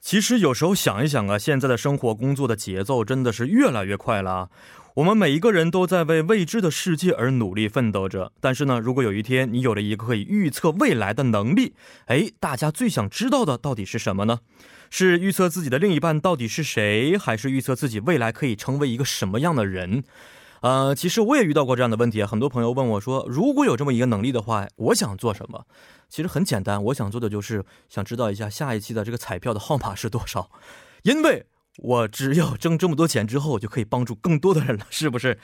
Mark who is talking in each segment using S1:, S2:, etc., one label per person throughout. S1: 其实有时候想一想啊，现在的生活工作的节奏真的是越来越快了啊。我们每一个人都在为未知的世界而努力奋斗着。但是呢，如果有一天你有了一个可以预测未来的能力，哎，大家最想知道的到底是什么呢？是预测自己的另一半到底是谁，还是预测自己未来可以成为一个什么样的人？呃，其实我也遇到过这样的问题，啊很多朋友问我说，如果有这么一个能力的话，我想做什么？其实很简单，我想做的就是想知道一下下一期的这个彩票的号码是多少，因为我只要挣这么多钱之后，我就可以帮助更多的人了，是不是？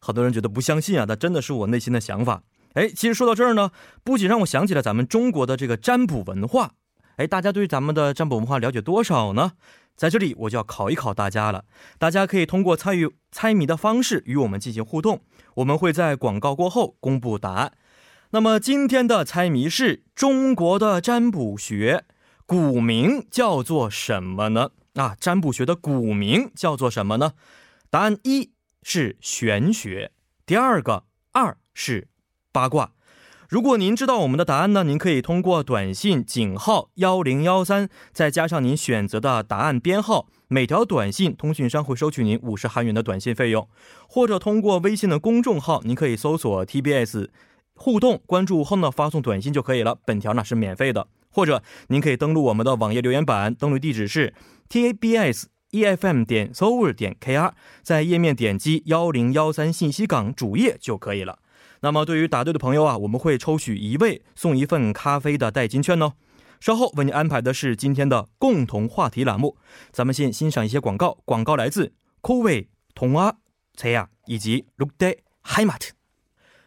S1: 很多人觉得不相信啊，但真的是我内心的想法。哎，其实说到这儿呢，不仅让我想起了咱们中国的这个占卜文化，哎，大家对咱们的占卜文化了解多少呢？在这里我就要考一考大家了，大家可以通过参与猜谜的方式与我们进行互动，我们会在广告过后公布答案。那么今天的猜谜是中国的占卜学，古名叫做什么呢？啊，占卜学的古名叫做什么呢？答案一是玄学，第二个二是八卦。如果您知道我们的答案呢，您可以通过短信井号幺零幺三，再加上您选择的答案编号，每条短信通讯商会收取您五十韩元的短信费用，或者通过微信的公众号，您可以搜索 TBS 互动，关注后呢发送短信就可以了。本条呢是免费的，或者您可以登录我们的网页留言板，登录地址是 TBS。efm e 点 soul 点 kr，在页面点击幺零幺三信息港主页就可以了。那么对于答对的朋友啊，我们会抽取一位送一份咖啡的代金券哦。稍后为您安排的是今天的共同话题栏目，咱们先欣赏一些广告，广告来自 k o w e 同阿、崔亚以及 Lookday Heimat。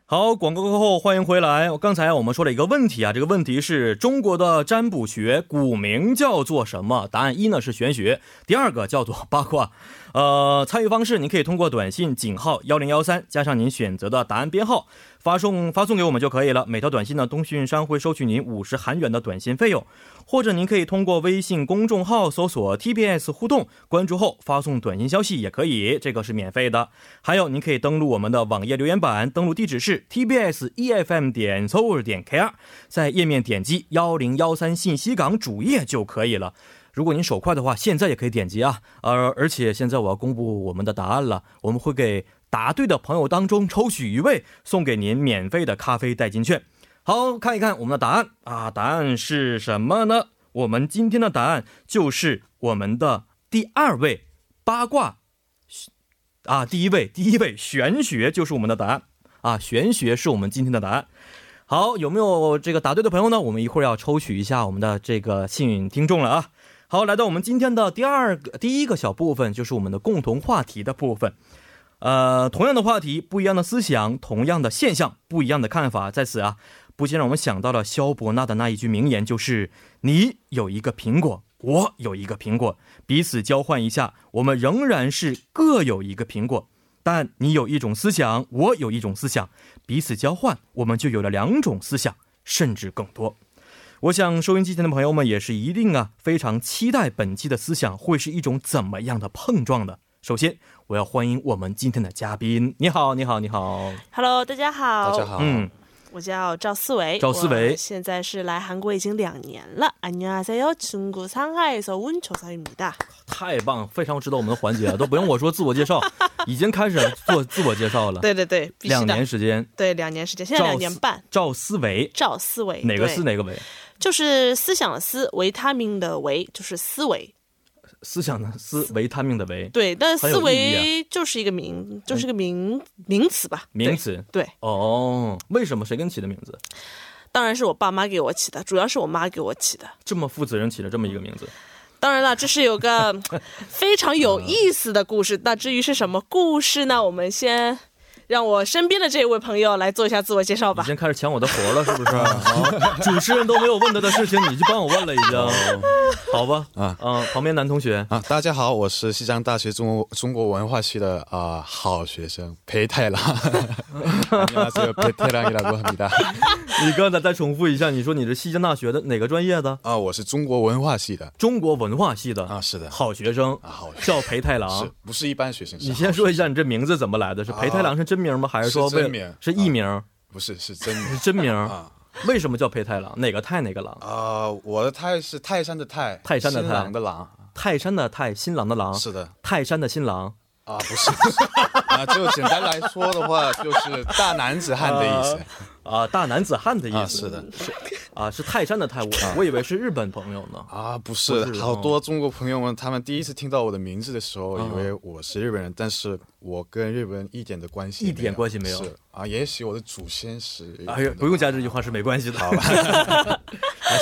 S1: 好，广告过后欢迎回来。刚才我们说了一个问题啊，这个问题是中国的占卜学古名叫做什么？答案一呢是玄学，第二个叫做八卦。呃，参与方式您可以通过短信井号幺零幺三加上您选择的答案编号发送发送给我们就可以了。每条短信呢，通讯商会收取您五十韩元的短信费用，或者您可以通过微信公众号搜索 TBS 互动，关注后发送短信消息也可以，这个是免费的。还有，您可以登录我们的网页留言板，登录地址是 tbs efm E 点 soul 点 kr，在页面点击幺零幺三信息港主页就可以了。如果您手快的话，现在也可以点击啊。而而且现在我要公布我们的答案了，我们会给答对的朋友当中抽取一位，送给您免费的咖啡代金券。好，看一看我们的答案啊，答案是什么呢？我们今天的答案就是我们的第二位八卦啊，第一位，第一位玄学就是我们的答案啊，玄学是我们今天的答案。好，有没有这个答对的朋友呢？我们一会儿要抽取一下我们的这个幸运听众了啊。好，来到我们今天的第二个、第一个小部分，就是我们的共同话题的部分。呃，同样的话题，不一样的思想，同样的现象，不一样的看法，在此啊，不禁让我们想到了萧伯纳的那一句名言，就是“你有一个苹果，我有一个苹果，彼此交换一下，我们仍然是各有一个苹果。但你有一种思想，我有一种思想，彼此交换，我们就有了两种思想，甚至更多。”我想收音机前的朋友们也是一定啊，非常期待本期的思想会是一种怎么样的碰撞的。首先，我要欢迎我们今天的嘉宾。你好，你好，你好。
S2: Hello，大家好，
S3: 大家，好，
S1: 嗯，
S2: 我叫赵思维，
S1: 赵思维
S2: 我现在是来韩国已经两年了。안녕하세요중국상하에서온조사입니다。
S1: 太棒，非常值得我们的环节啊，都不用我说自我介绍，已经开始做自我介绍了。
S2: 对对对，必须
S1: 两
S2: 的
S1: 年，时间，
S2: 对两年时间，现在
S1: 赵
S2: 两年
S1: 思
S2: 半。
S1: 赵思维，
S2: 赵思维，
S1: 哪个
S2: 对
S1: 思？哪个维？
S2: 就是思想的思，维他命的维，就是思维。
S1: 思想的思，维他命的维，
S2: 对，但
S1: 很
S2: 思
S1: 有意啊
S2: 维就是一个名，就是个名名词吧。
S1: 名词。
S2: 对，
S1: 哦，为什么谁给你起的名字？
S2: 当然是我爸妈给我起的，主要是我妈给我起的。
S1: 这么负责任起了这么一个名字，
S2: 当然了，这是有 个非常有意思的故事。那至于是什么故事呢？我们先让我身边的这位朋友来做一下自我介绍
S1: 已
S2: 吧。
S1: 经开始抢我的活了，是不 是？
S3: 啊
S1: 好 主持人都没有问他的事情，你就帮我问了，已经。好吧，啊
S3: 哦啊，
S1: 嗯，旁边男同学，
S3: 啊，大家好，我是西江大学中国中国文化系的啊、好学生裴 太郎，你好，这个裴太郎伊拉国米达
S1: 你刚才再重复一下，你说你是西江大学的哪个专业的？
S3: 啊，我是中国文化系的
S1: 中国文化系的
S3: 啊，是的，
S1: 好学生，
S3: 啊好学生
S1: 叫裴太
S3: 是
S1: 郎。
S3: 不是一般学生？是
S1: 你
S3: 好
S1: 先说一下你这名字怎么来的？是裴太郎是真名吗？还说为
S3: 是真名
S1: 是艺名？
S3: 不是是真名
S1: 是真名
S3: 啊
S1: 为什么叫配太郎？哪个太哪个郎？
S3: 啊、我的泰是泰山的泰，
S1: 泰山的泰啊
S3: 新郎的郎，
S1: 泰山的泰，新郎的郎，
S3: 是的。
S1: 泰山的新郎。
S3: 啊，不是， 不是啊，就简单来说的话，就是大男子汉的意思。
S1: 啊、大男子汉的意思、
S3: 啊是的，
S1: 是啊，是泰山的泰，我我以为是日本朋友呢。
S3: 啊，不是，
S1: 不是哦
S3: 好多中国朋友们，他们第一次听到我的名字的时候，以
S1: 嗯
S3: 为我是日本人，但是我跟日本人一点的关系也
S1: 一点关系没有
S3: 是啊，也许我的祖先是日本的。
S1: 哎呀，不用加这句话是没关系的。好 吧，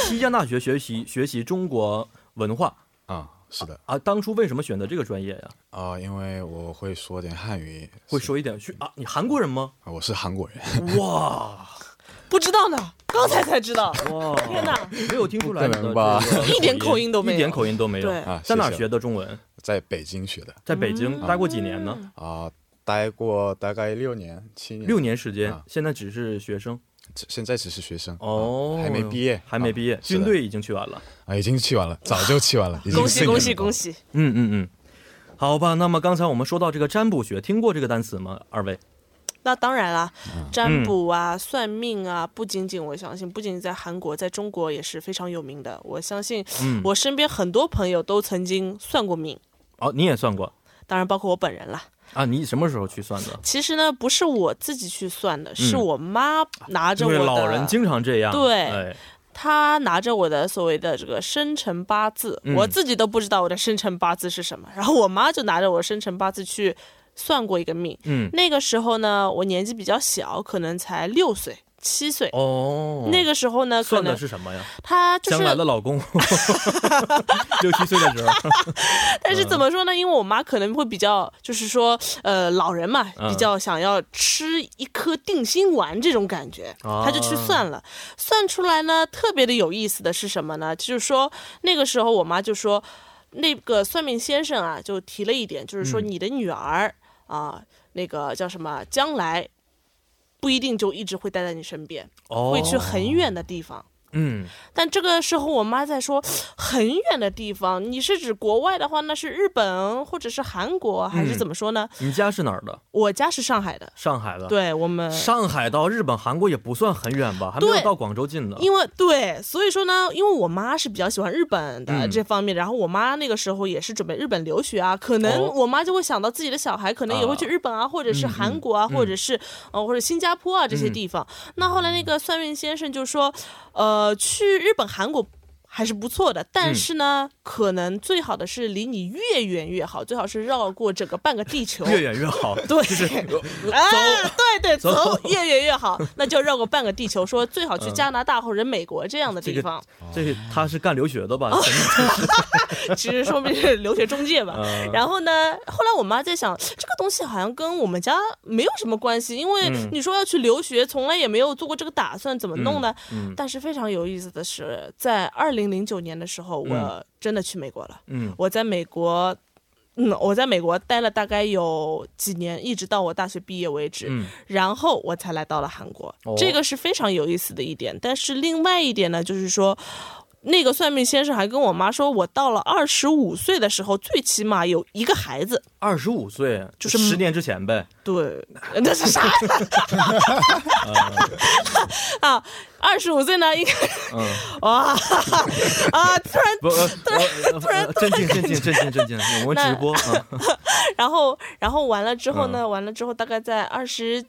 S1: 西江大学学习学习中国文化
S3: 啊，是的
S1: 啊，当初为什么选择这个专业呀、
S3: 啊，因为我会说点汉语，
S1: 会说一点去啊，你韩国人 吗？
S3: 啊我是韩国人，
S1: 哇
S2: 不知道呢，刚才才知道。
S1: 哇，
S2: 天哪，
S1: 没有听出来你的
S3: 不可能吧
S1: 这个
S2: 一点口音都没有
S1: 一点口音都没有。
S2: 对
S3: 啊
S1: 在哪儿
S3: 谢谢
S1: 学的中文？
S3: 在北京学的
S1: 在北
S2: 嗯
S1: 京待过几年呢？
S3: 啊，待过大概六年、七年，
S1: 六年时间
S3: 啊，
S1: 现在只是学生
S3: 只现在只是学生
S1: 哦，
S3: 啊还没毕业，
S1: 还没毕业
S3: 啊，是
S1: 军
S3: 的
S1: 队已经去完了。
S3: 啊，已经去完了，早就去完了，
S1: 哦
S3: 已 经
S2: 恭喜恭喜
S3: 喜！
S2: 恭喜！
S1: 嗯嗯嗯，好吧。那么刚才我们说到这个占卜学，听过这个单词吗？二位？嗯
S2: 那当然啦，占卜啊、算命啊，不仅仅我相信，不仅仅在韩国，在中国也是非常有名的。我相信
S1: 嗯，
S2: 我身边很多朋友都曾经算过命，
S1: 哦，你也算过
S2: 当然包括我本人啦。
S1: 啊？你什么时候去算的？
S2: 其实呢，不是我自己去算的，是我妈拿着
S1: 嗯因
S2: 我
S1: 为
S2: 的，
S1: 老人经常这样。
S2: 对
S1: 哎、
S2: 她拿着我的所谓的这个生辰八字，
S1: 嗯
S2: 我自己都不知道我的生辰八字是什么，然后我妈就拿着我的生辰八字去算过一个命。
S1: 嗯，
S2: 那个时候呢，我年纪比较小，可能才六岁、七岁。
S1: 哦，
S2: 那个时候呢，可
S1: 算的
S2: 能
S1: 是什么呀？
S2: 她就
S1: 将来
S2: 是，
S1: 的老 公，六七岁的时候，
S2: 但
S1: 嗯
S2: 是怎么说呢？因为我妈可能会比较，就是说，呃，老人嘛，
S1: 嗯
S2: 比较想要吃一颗定心丸这种感觉，
S1: 啊
S2: 她就去算了。算出来呢，特别的有意思的是什么呢？就是说那个时候我妈就说，那个算命先生啊，就提了一点，就是说
S1: 嗯
S2: 你的女儿、啊，那个叫什么，将来不一定就一直会待在你身边，
S1: 哦，
S2: 会去很远的地方。
S1: 嗯，
S2: 但这个时候，我妈在说很远的地方，你是指国外的话，那是日本或者是韩国，还是怎么说呢？
S1: 你家是哪儿的？
S2: 我家是上海的，
S1: 上海的。，
S2: 对我们，
S1: 上海到日本、韩国也不算很远吧，还没有
S2: 对
S1: 到广州近呢。
S2: 因为对，所以说呢，因为我妈是比较喜欢日本的
S1: 嗯
S2: 这方面，然后我妈那个时候也是准备日本留学啊，可能
S1: 哦
S2: 我妈就会想到自己的小孩可能也会去日本啊，或者是韩国啊，
S1: 嗯
S2: 或者是呃或者新加坡啊这些地方。那后来那
S1: 哦
S2: 个算命先生就说，呃，去日本、韩国。还是不错的，
S1: 嗯
S2: 但是呢，可能最好的是离你越远越好，最好是绕过整个半个地球。
S1: 越远越好。
S2: 对，
S1: 就是
S2: 啊，对对，
S1: 走
S2: 走越远越好，那就绕过半个地球，说最好去加拿大或者美国这样
S1: 嗯
S2: 的
S1: 这
S2: 地
S1: 个
S2: 方，
S1: 这个他是干留学的吧？
S2: 哦其实说明是留学中介吧。
S1: 嗯
S2: 然后呢，后来我妈在想，这个东西好像跟我们家没有什么关系，因为
S1: 嗯
S2: 你说要去留学，从来也没有做过这个打算，怎么弄呢？
S1: 嗯
S2: 但是非常有意思的是，在二零零九年的时候，我
S1: 嗯
S2: 真的去美国了。
S1: 嗯
S2: 我在美国，嗯，我在美国待了大概有几年，一直到我大学毕业为止。
S1: 嗯
S2: 然后我才来到了韩国
S1: 哦，
S2: 这个是非常有意思的一点。但是另外一点呢，就是说。那个算命先生还跟我妈说，我到了二十五岁的时候，最起码有一个孩子。
S1: 二十五岁，
S2: 就是
S1: 十年之前呗。
S2: 对， 那 是啥？
S1: 嗯
S2: 啊，二十五岁呢，应该
S1: 嗯，
S2: 哇啊！突然
S1: 不，呃 呃呃震惊震惊震惊震惊！我们直播啊，
S2: 然后，然后完了之后
S1: 嗯
S2: 呢？完了之后，大概在二十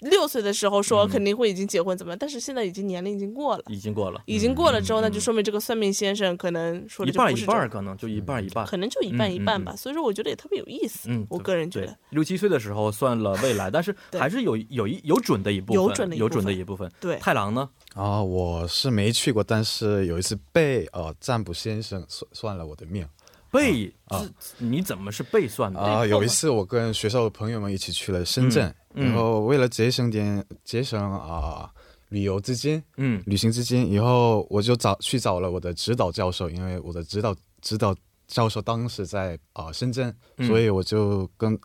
S2: 六岁的时候
S1: 嗯
S2: 说肯定会已经结婚怎么样？但是现在已经年龄已经过了，
S1: 已经过了
S2: 已经过了之后呢，就说明这个算命先生可能说
S1: 一
S2: 的就
S1: 半
S2: 不
S1: 一
S2: 是这
S1: 半，，可能就一半一半。
S2: 可能就一半一半吧。所以说，我觉得也特别有意思。
S1: 嗯，
S2: 我个人觉
S1: 对
S2: 得，，
S1: 六七岁的时候算了未来，但是
S2: 对
S1: 还是有有一有准的一部分，
S2: 有准的一部分
S1: 一部分。
S2: 对
S1: 太郎呢？
S3: 啊，我是没去过，但是有一次被呃占卜先生算算了我的命
S1: 背、自你怎么是背算的？
S3: 啊、
S2: 吗
S3: 有一次我跟学校的朋友们一起去了深圳，
S1: 嗯嗯
S3: 然后为了节省点节省啊、旅游资金、
S1: 嗯
S3: 旅行资金，以后我就找去找了我的指导教授，因为我的指导指导教授当时在啊、深圳，
S1: 嗯
S3: 所以我就跟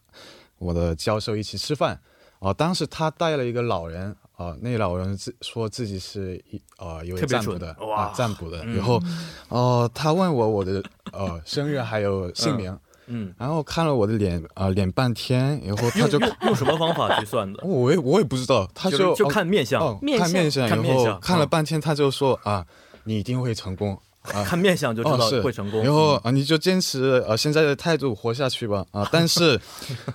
S3: 我的教授一起吃饭。啊、当时他带了一个老人，啊、那老人自说自己是一呃有
S1: 特别
S3: 占卜
S1: 准
S3: 的啊
S1: 哇嗯
S3: 啊占卜的，然后，哦、他问我我的呃生日还有姓名，
S1: 嗯，
S3: 然后看了我的脸啊、呃脸半天，然后他
S1: 用
S3: 就
S1: 用用什么方法去算的？
S3: 我也我也不知道， 他
S1: 就是就
S3: 哦
S1: 看面相，
S3: 哦，
S2: 面
S3: 看面相，
S1: 看
S3: 然
S1: 面相嗯
S3: 后看了半天，他就说啊，你一定会成功，啊，
S1: 看面相就知
S3: 哦
S1: 道
S3: 是
S1: 会成功。嗯
S3: 然后啊，你就坚持呃现在的态度活下去吧 啊！但是，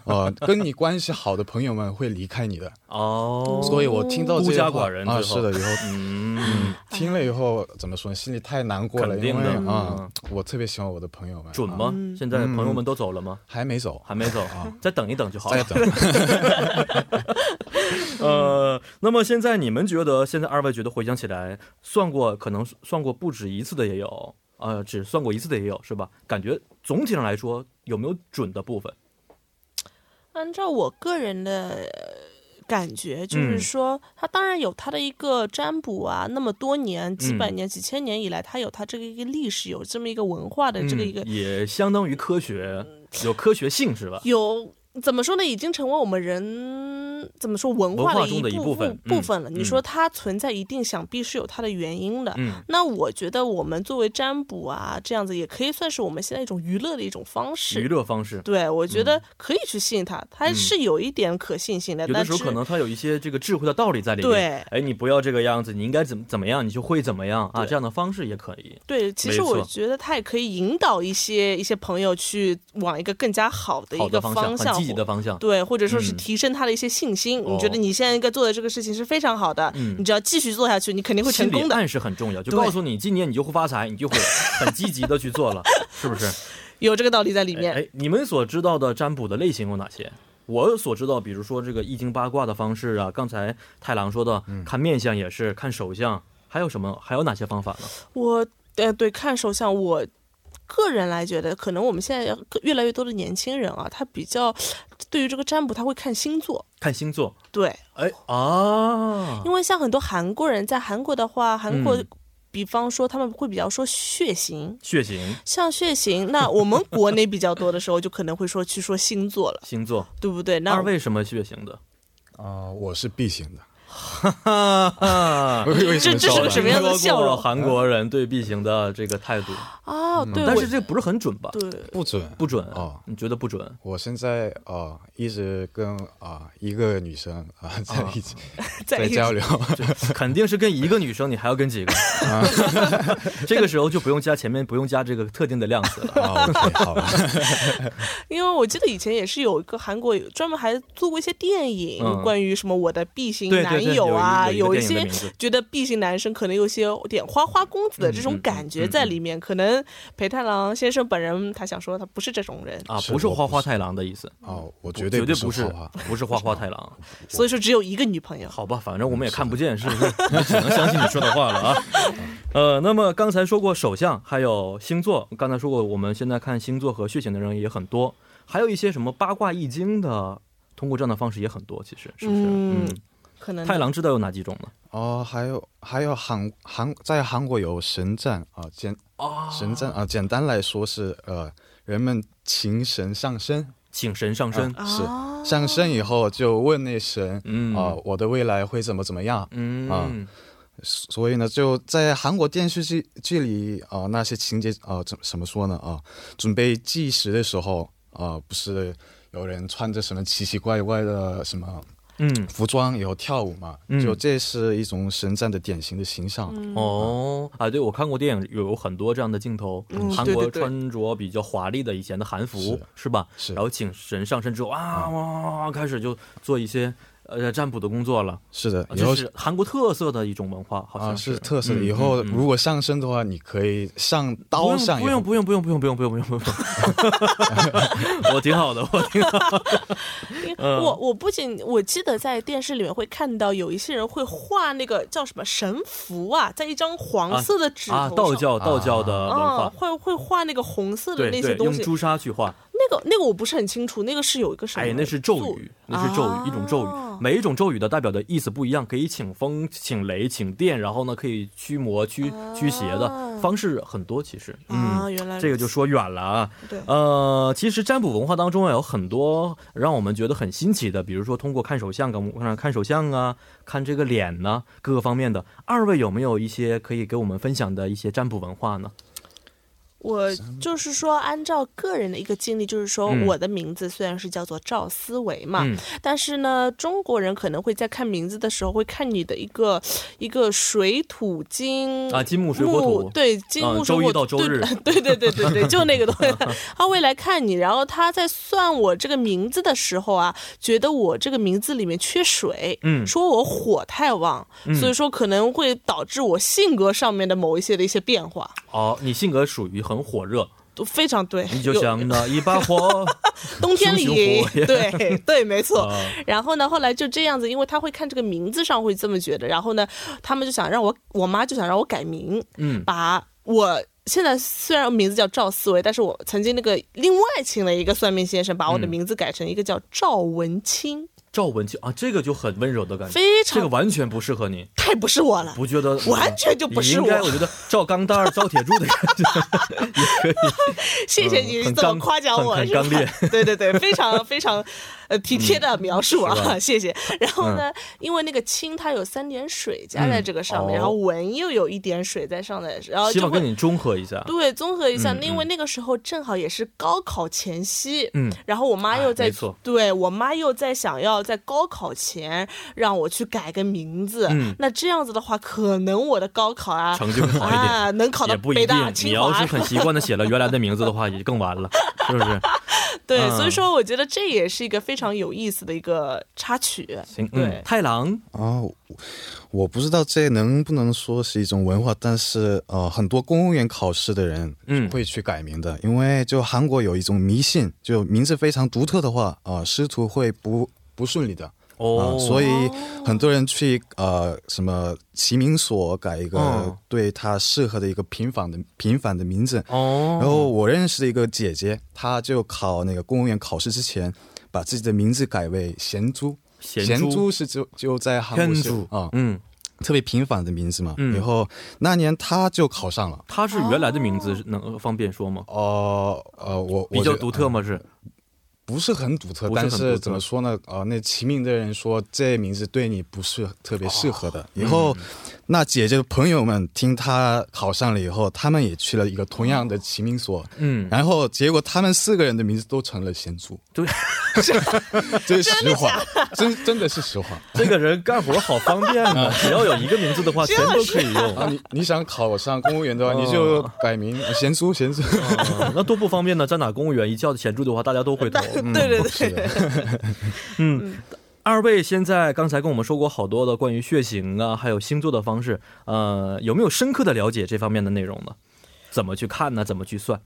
S3: 呃，跟你关系好的朋友们会离开你的，
S1: 哦，
S3: 所以我听到这
S1: 孤
S3: 些
S1: 家
S3: 话
S1: 寡人
S3: 啊，
S1: 最后
S3: 是的，以后
S1: 嗯，
S3: 听了以后怎么说呢？心里太难过了，
S1: 肯定
S3: 因
S1: 的
S3: 为啊
S1: 嗯，
S3: 我特别喜欢我的朋友们，
S1: 准
S3: 啊
S1: 吗？
S2: 嗯
S1: 现在朋友们都走了吗？
S3: 还没走，
S1: 还没走啊，再等一等就好
S3: 再
S1: 了。
S3: 等。
S1: 呃，那么现在你们觉得，现在二位觉得回想起来，算过可能算过不止一次的也有，呃，只算过一次的也有，是吧？感觉总体上来说，有没有准的部分？
S2: 按照我个人的呃感觉，就是
S1: 嗯
S2: 说，他当然有他的一个占卜啊，那么多年、几
S1: 嗯
S2: 百年、几千年以来，他有他这个一个历史，有这么一个文化的这个一嗯个、
S1: 嗯也相当于科学，有科学性是吧？
S2: 有怎么说呢？已经成为我们人怎么说文
S1: 文
S2: 化
S1: 化
S2: 的
S1: 中的一
S2: 部
S1: 部分嗯
S2: 部分了。你
S1: 嗯
S2: 说它存在一定，想必是有它的原因的。
S1: 嗯
S2: 那我觉得我们作为占卜啊，这样子也可以算是我们现在一种娱乐的一种方
S1: 娱
S2: 式。
S1: 乐方式。
S2: 对，我觉得可以去信它，它
S1: 嗯
S2: 是有一点可信性的。
S1: 有
S2: 但
S1: 的时候
S2: 是
S1: 可能它有一些这个智慧的道理在里面。
S2: 对
S1: 哎，你不要这个样子，你应该怎么怎么样，你就会怎么样啊？这样的方式也可以。
S2: 对，其
S1: 没
S2: 实我
S1: 错
S2: 觉得他也可以引导一些一些朋友去往一个更加好的
S1: 好
S2: 一
S1: 的
S2: 个
S1: 方向，很
S2: 向
S1: 积极的方向。
S2: 对，或者说是
S1: 嗯
S2: 提升他的一些信心。
S1: 哦
S2: 你觉得你现在应该做的这个事情是非常好的，
S1: 嗯
S2: 你只要继续做下去，你肯定会成
S1: 心
S2: 功
S1: 理
S2: 的。
S1: 暗示很重要，就
S2: 对
S1: 告诉你今年你就会发财，你就会很积极的去做了，是不是？
S2: 有这个道理 在里面。
S1: 哎，你们所知道的占卜的类型有哪些？我所知道，比如说这个易经八卦的方式啊，刚才太郎说的，看面相也是，看手相，还有什么？还有哪些方法呢？
S2: 我呃，对，看手相我。个人来觉得，可能我们现在越来越多的年轻人啊，他比较对于这个占卜，他会看星座。
S1: 看星座，
S2: 对，
S1: 哎啊，
S2: 因为像很多韩国人在韩国的话，韩国、
S1: 嗯
S2: 比方说他们会比较说血型，
S1: 血型、
S2: 像血型，那我们国内比较多的时候，就可能会说去说星座了，
S1: 星座，
S2: 对不对？那
S1: 二位什么血型的？
S3: 啊，我是 B 型 的，
S1: 啊，
S3: 为为什
S2: 这 这是个
S3: 么笑了
S2: 什么样的笑容
S1: 韩国人对 B 型的这个态度，
S2: 啊，对，
S1: 嗯但
S2: 我
S1: 是这不是很准吧？
S2: 对
S3: 不准，
S1: 不准
S3: 哦
S1: 你觉得不准？
S3: 我现在啊、呃一直跟啊、一个女生啊、在一起、
S2: 在
S3: 在
S2: 一起
S3: 交流，
S1: 肯定是跟一个女生，你还要跟几个？ 这个时候就不用加前面不用加这个特定的量词了。
S3: 啊，OK，好 了，
S2: 因为我记得以前也是有一个韩国有专门还做过一些电影，
S1: 嗯
S2: 关于什么我的 B 型
S1: 对对
S2: 男
S1: 对，
S2: 友啊，
S1: 有一
S2: 一
S1: 个电影的
S2: 些
S1: 名字
S2: 觉得 B 型男生可能有些有点花花公子的
S1: 嗯
S2: 这种感觉在里面，可能裴太郎先生本人他想说他不是这种人，
S1: 啊，
S3: 是
S1: 不是
S3: 我
S1: 花
S3: 不
S1: 花太郎的意思，
S3: 哦，我
S1: 绝
S3: 绝对
S1: 不是
S3: 好话，
S1: 不是花花太郎。
S2: 所以说只有一个女朋友。
S1: 好吧，反正我们也看不见， 是不是？我只能相信你说的话了啊。 呃，那么刚才说过手相，还有星座，刚才说过，我们现在看星座和血型的人也很多，还有一些什么八卦易经的，通过这样的方式也很多，其实是不是？
S2: 嗯，可能
S1: 太郎知道有哪几种呢？
S3: 哦，还有还有韩韩在韩国有神战啊、简
S1: 啊
S3: 神战啊、简单来说是呃，人们请神上身，
S1: 请神上身，
S3: 啊是
S2: 啊
S3: 上身以后就问那神
S1: 嗯
S3: 啊、我的未来会怎么怎么样？
S1: 嗯
S3: 啊所以呢，就在韩国电视剧剧里啊、那些情节啊，怎、怎么说呢啊、准备计时的时候啊、不是有人穿着什么奇奇怪怪的什么
S1: 嗯
S3: 服装，有跳舞嘛？
S1: 嗯
S3: 就这是一种神战的典型的形象。
S1: 哦啊，对我看过电影，有很多这样的镜头，
S2: 嗯
S1: 韩
S2: 对
S1: 国
S2: 对对
S1: 穿着比较华丽的以前的韩服
S3: 是
S1: 吧？
S3: 是嗯
S1: 然后请神上身之后啊，哇哇哇，开始就做一些呃占卜的工作了，
S3: 是的
S1: 啊，
S3: 以后
S1: 这是韩国特色的一种文化，好
S3: 啊
S1: 像
S3: 是
S1: 是。
S3: 特色的。
S1: 嗯
S3: 以后
S1: 嗯嗯
S3: 如果上身的话，你可以上
S1: 不
S3: 刀
S1: 用
S3: 上以
S1: 不
S3: 后
S1: 用不用不用不用不用不用不用 不用，我挺好的，我挺
S2: 因为
S1: 嗯
S2: 我我不仅我记得在电视里面会看到有一些人会画那个叫什么神符啊，在一张黄色的纸头上。
S1: 啊，道教道教的文
S2: 啊
S1: 化，，
S2: 会会画那个红色
S1: 对
S2: 的那些
S1: 对，
S2: 东
S1: 用
S2: 西，
S1: 朱砂去画，
S2: 那个那个我不是很清楚，那个是有一个什么？
S1: 哎，那是咒语，那是咒语，一种咒
S2: 啊
S1: 语。每一种咒语的代表的意思不一样，可以请风、请雷、请电，然后呢可以驱魔、驱驱邪的
S2: 啊
S1: 方式很多。其实，
S2: 啊，
S1: 嗯，
S2: 原来
S1: 这个就说远了啊。
S2: 对
S1: 呃，其实占卜文化当中啊，有很多让我们觉得很新奇的，比如说通过看手相，跟我们看手相啊，看这个脸呐、各个方面的。二位有没有一些可以给我们分享的一些占卜文化呢？
S2: 我就是说，按照个人的一个经历，就是说，
S1: 嗯
S2: 我的名字虽然是叫做赵思维嘛，
S1: 嗯
S2: 但是呢，中国人可能会在看名字的时候，会看你的一个一个水土金
S1: 啊金木水火土
S2: 对金
S1: 嗯
S2: 木
S1: 周
S2: 水火
S1: 一
S2: 土、
S1: 到周日
S2: 对 对对对对对，就那个东 西，他会来看你，然后他在算我这个名字的时候啊，觉得我这个名字里面缺水，
S1: 嗯
S2: 说我火太旺，所以说可能会导致我性格上面的某一些的一些变化，
S1: 哦，你性格属于很火热，
S2: 都非常对，
S1: 你就
S2: 有
S1: 像那一把 火，
S2: 冬天
S1: 熊
S2: 里
S1: 熊火，焰
S2: 对对，没错。
S1: 啊
S2: 然后呢，后来就这样子，因为他会看这个名字上会这么觉得，然后呢，他们就想让我，我妈就想让我改名，
S1: 嗯，
S2: 把我现在虽然名字叫赵思维，但是我曾经那个另外请了一个算命先生，把我的
S1: 嗯
S2: 名字改成一个叫赵文清，
S1: 赵文清啊，这个就很温柔的感觉，
S2: 非
S1: 这个
S2: 常
S1: 完全不适合你，
S2: 太不是我了。
S1: 不觉得？
S2: 完全就不是
S1: 你应该，
S2: 我
S1: 我觉得赵钢蛋儿、赵铁柱的 感觉也可以。
S2: 谢谢你
S1: 嗯很
S2: 这么
S1: 刚
S2: 夸奖
S1: 很
S2: 我，
S1: 很
S2: 是吧
S1: 刚烈？ 嗯
S2: 对对对，非常非常呃体贴的描述
S1: 是
S2: 啊，
S1: 吧 嗯
S2: 谢谢。然后呢，因为那个青它有三点水加在这个上面，
S1: 嗯
S2: 然后
S1: 哦
S2: 文又有一点水在上面，然后
S1: 希
S2: 就
S1: 望跟
S2: 会。
S1: 你中和一下。
S2: 对，综合一下，
S1: 嗯
S2: 因为那个时候正好也是高考前夕，
S1: 嗯，
S2: 然后我妈又在
S1: 哎没错
S2: 对我妈又在想要在高考前让我去改个名字，
S1: 嗯
S2: 那这样子的话，可能我的高考啊
S1: 成绩会好一点。
S2: 啊能考到
S1: 也不
S2: 北
S1: 一
S2: 大、
S1: 定，你
S2: 清
S1: 要
S2: 华
S1: 是很习惯的写了原来的名字的话，也就更完 了，是不是？
S2: 对，
S1: 嗯
S2: 所以说我觉得这也是一个非常有意思的一个插曲。
S1: 行，
S2: 对
S1: 嗯，太郎，
S3: 啊，我我不知道这能不能说是一种文化，但是呃，很多公务员考试的人
S1: 嗯
S3: 会去改名的，因为就韩国有一种迷信，就名字非常独特的话，啊、师徒会不不顺利的。啊、
S1: 哦，
S3: 所以很多人去呃什么齐名所改一个
S1: 哦
S3: 对他适合的一个平凡的平凡的名字，
S1: 哦，
S3: 然后我认识的一个姐姐，她就考那个公务员考试之前，把自己的名字改为贤珠。
S1: 贤珠
S3: 珠是就就在韩
S1: 天
S3: 国是
S1: 主
S3: 啊、
S1: 嗯，
S3: 特别平凡的名字嘛。
S1: 嗯
S3: 然后那年她就考上了。
S1: 他是原来的名字，能呃方便说吗？
S3: 哦呃，我我
S1: 比
S3: 觉
S1: 较
S3: 得
S1: 独特吗？是
S3: 不是很独特，
S1: 不是很
S3: 但
S1: 独特
S3: 是怎么说呢？呃，那起名的人说这名字对你不是特别适合的。
S1: 哦
S3: 以后、
S1: 嗯
S3: 那姐姐的朋友们听她考上了以后，他们也去了一个同样的起名所，
S1: 嗯，
S3: 然后结果他们四个人的名字都成了贤珠。
S1: 对，
S3: 这是实话，真真的是实话
S1: 这个人干活好方便 啊，只要有一个名字的话，全都可以用。嗯
S3: 啊！你你想考上公务员的话，
S1: 哦
S3: 你就改名贤珠贤珠。
S1: 啊那多不方便呢！在哪公务员一叫贤助的话，大家都会 投。嗯
S2: 对对对
S3: 是的，
S1: 二位现在刚才跟我们说过好多的关于血型啊，还有星座的方式，呃，有没有深刻的了解这方面的内容呢？怎么去看呢？怎么去算？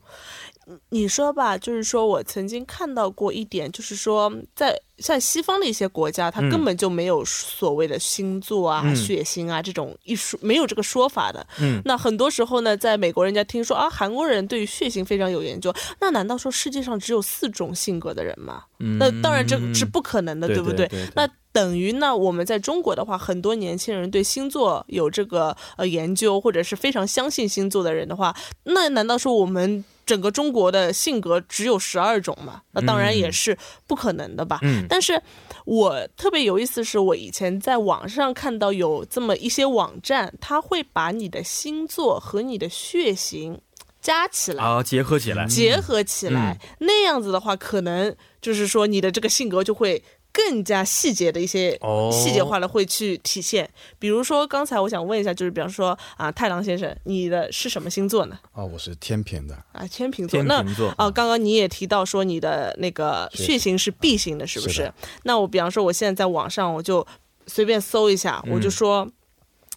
S2: 你说吧，就是说我曾经看到过一点，就是说在在西方的一些国家，它
S1: 嗯
S2: 根本就没有所谓的星座啊、
S1: 嗯
S2: 血型啊这种一说，没有这个说法的。
S1: 嗯，
S2: 那很多时候呢，在美国人家听说啊，韩国人对于血型非常有研究，那难道说世界上只有四种性格的人吗？
S1: 嗯
S2: 那当然这是不可能的，
S1: 对
S2: 呃不
S1: 对对对
S2: 那等于呢，我们在中国的话，很多年轻人对星座有这个呃研究，或者是非常相信星座的人的话，那难道说我们整个中国的性格只有十二种吗？那当然也是不可能的吧。
S1: 嗯
S2: 但是我特别有意思，是我以前在网上看到有这么一些网站，它会把你的星座和你的血型加起来。
S1: 啊，结合起来，
S2: 结合起来，
S1: 嗯
S2: 那样子的话，可能就是说你的这个性格就会更加细节的一些
S1: 哦
S2: 细节化的会去体现。比如说刚才我想问一下，就是比方说啊，太郎先生，你的是什么星座呢？
S3: 啊，我是天平的，
S2: 啊，天秤座。
S1: 天
S2: 那
S1: 秤座
S2: 啊，刚刚你也提到说你的那个
S3: 是
S2: 血型是 B 型的，是不是？
S3: 是的
S2: 那我比方说，我现在在网上我就随便搜一下，我就说，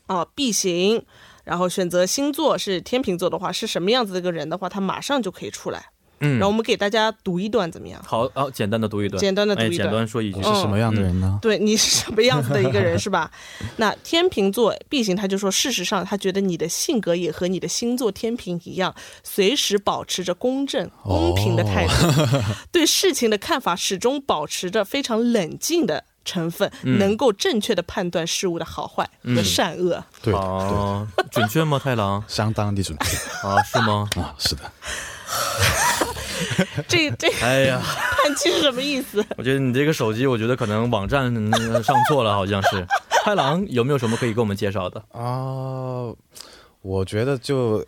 S2: 哦、b 型，然后选择星座是天秤座的话，是什么样子的一个人的话，他马上就可以出来。
S1: 嗯
S2: 然后我们给大家读一段怎么样？
S1: 好啊，简单的读一段，
S2: 简单地读一段嗯
S1: 哎，简单说一句
S3: 你，是什么样的人
S1: 嗯
S3: 呢？
S2: 对你是什么样子的一个人 是吧？那天秤座 B 型，他就说，事实上他觉得你的性格也和你的星座天平一样，随时保持着公正、公平的态度，
S1: 哦
S2: 对事情的看法始终保持着非常冷静的成分，
S1: 嗯
S2: 能够正确的判断事物的好坏和善恶。
S3: 对的对的，
S1: 啊，准确吗？太郎
S3: 相当的准确
S1: 啊，是 吗？
S3: 啊，是的。
S2: 这这个
S1: 哎呀，
S2: 判句是什么意思？
S1: 我觉得你这个手机，我觉得可能网站嗯上错了，好像是。 太郎有没有什么可以给我们介绍的？
S3: 啊，我觉得就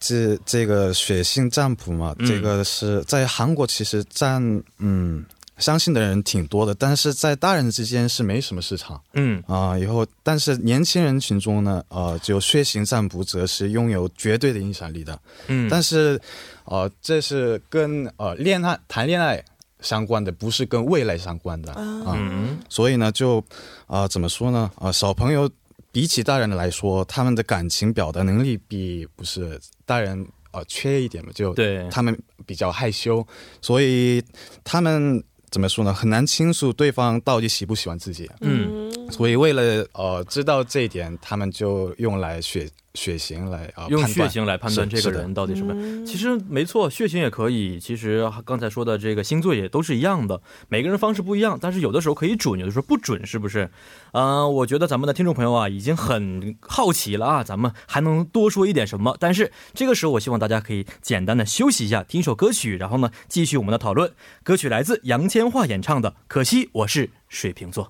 S3: 这这个血腥占卜嘛，
S1: 嗯
S3: 这个是在韩国其实占嗯相信的人挺多的，但是在大人之间是没什么市场
S1: 嗯
S3: 啊、以后但是年轻人群中呢，呃，只有血型占卜者是拥有绝对的影响力的。
S1: 嗯，
S3: 但是，呃，这是跟呃恋爱谈恋爱相关的，不是跟未来相关的啊、
S1: 嗯
S3: 所以呢，就啊、呃怎么说呢？啊、小朋友比起大人来说，他们的感情表达能力比不是大人呃缺一点嘛，就
S1: 对，
S3: 他们比较害羞，所以他们怎么说呢？很难倾诉对方到底喜不喜欢自己。
S1: 嗯
S3: 所以为了呃知道这一点，他们就用来血血型来啊、呃、
S1: 用
S3: 判
S1: 血
S3: 断
S1: 型来判断
S3: 是
S1: 这个
S3: 是的
S1: 人到底什么。其实没错，血型也可以。其实刚才说的这个星座也都是一样的，每个人方式不一样，但是有的时候可以准，有的时候不准，是不是？嗯、我觉得咱们的听众朋友啊，已经很好奇了啊，咱们还能多说一点什么？但是这个时候，我希望大家可以简单的休息一下，听一首歌曲，然后呢，继续我们的讨论。歌曲来自杨千嬅演唱的《可惜我是水瓶座》。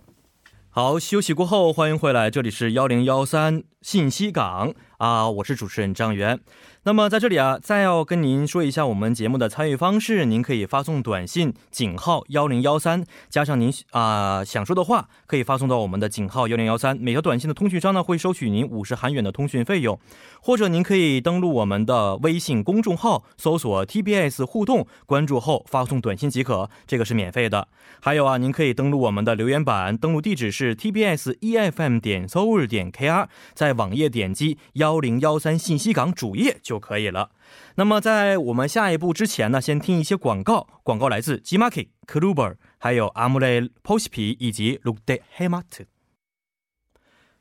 S1: 好，休息过后欢迎回来，这里是幺零幺三信息港啊，我是主持人张源。那么在这里啊，再要跟您说一下我们节目的参与方式，您可以发送短信井号幺零幺三，加上您啊、想说的话，可以发送到我们的井号幺零幺三。每条短信的通讯商呢会收取您五十韩元的通讯费用，或者您可以登录我们的微信公众号，搜索 TBS 互动，关注后发送短信即可，这个是免费的。还有啊，您可以登录我们的留言板，登录地址是 tbs efm E 点 s o u 点 kr，在网页点击幺零幺三信息港主页就可以了。那么在我们下一步之前呢，先听一些广告，广告来自 Gmarket、Kluber，还有 Amule Pospi 以及 l u k d e Hemat。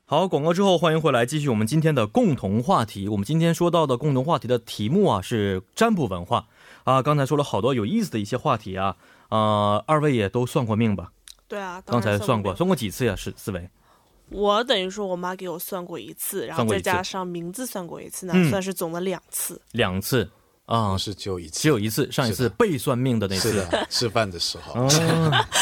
S1: 好，广告之后欢迎回来，继续我们今天的共同话题。我们今天说到的共同话题的题目啊是占卜文化啊，刚才说了好多有意思的一些话题啊。呃，二位也都算过命吧？
S2: 对啊，当
S1: 刚
S2: 然
S1: 才算过，
S2: 过。
S1: 算过几次呀？是四维。
S2: 我等于说我妈给我算过一次，然后
S1: 算过一
S2: 再
S1: 次加
S2: 加上名字算过一次，
S1: 嗯
S2: 那
S1: 算
S2: 算是总了两次。
S1: 两次啊、
S3: 啊是只有一次，
S1: 只有一次。上一次
S3: 是的
S1: 被算命的那
S3: 是
S1: 次。
S3: 的，吃饭的时候。
S1: 啊，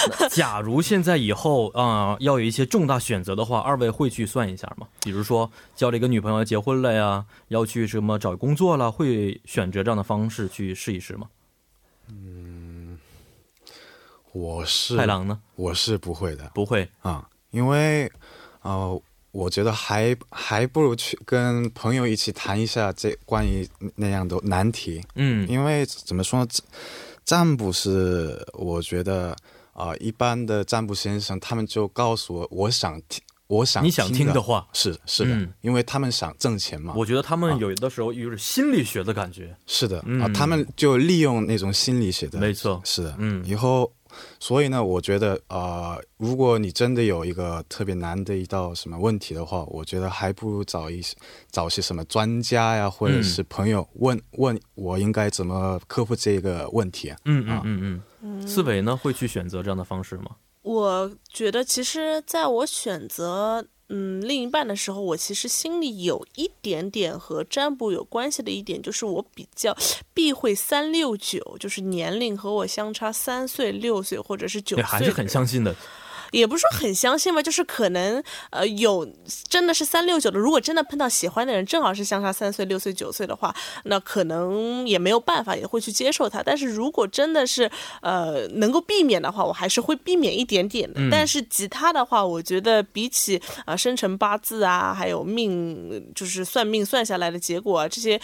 S1: 假如现在以后啊、要有一些重大选择的话，二位会去算一下吗？比如说交了一个女朋友结婚了呀，要去什么找工作了，会选择这样的方式去试一试吗？
S3: 我是
S1: 太郎呢？
S3: 我是不会的
S1: 不会，
S3: 啊，因为呃，我觉得还还不如去跟朋友一起谈一下这关于那样的难题，
S1: 嗯
S3: 因为怎么说呢，占占卜是我觉得啊、呃一般的占卜先生他们就告诉我我想听我想
S1: 你想听的话
S3: 是是的、
S1: 嗯
S3: 因为他们想挣钱嘛，
S1: 我觉得他们有的时候有点心理学的感觉。
S3: 是的啊、
S1: 嗯
S3: 他们就利用那种心理学的，
S1: 没错
S3: 是的，
S1: 嗯
S3: 以后，所以呢，我觉得呃，如果你真的有一个特别难的一道什么问题的话，我觉得还不如找一些找些什么专家呀，或者
S1: 嗯
S3: 是朋友问、问我应该怎么克服这个问题。啊
S1: 嗯嗯嗯嗯。四维呢会去选择这样的方式吗？
S2: 我觉得其实在我选择嗯另一半的时候，我其实心里有一点点和占卜有关系的一点，就是我比较避讳三六九，就是年龄和我相差三岁、六岁或者是九
S1: 你
S2: 岁，
S1: 哎还是很相信的。
S2: 也不是说很相信吧，就是可能呃有真的是三六九的，如果真的碰到喜欢的人，正好是相差三岁、六岁、九岁的话，那可能也没有办法，也会去接受他。但是如果真的是呃能够避免的话，我还是会避免一点点的。但是其他的话，我觉得比起啊、呃生辰八字啊，还有命，就是算命算下来的结果啊，这些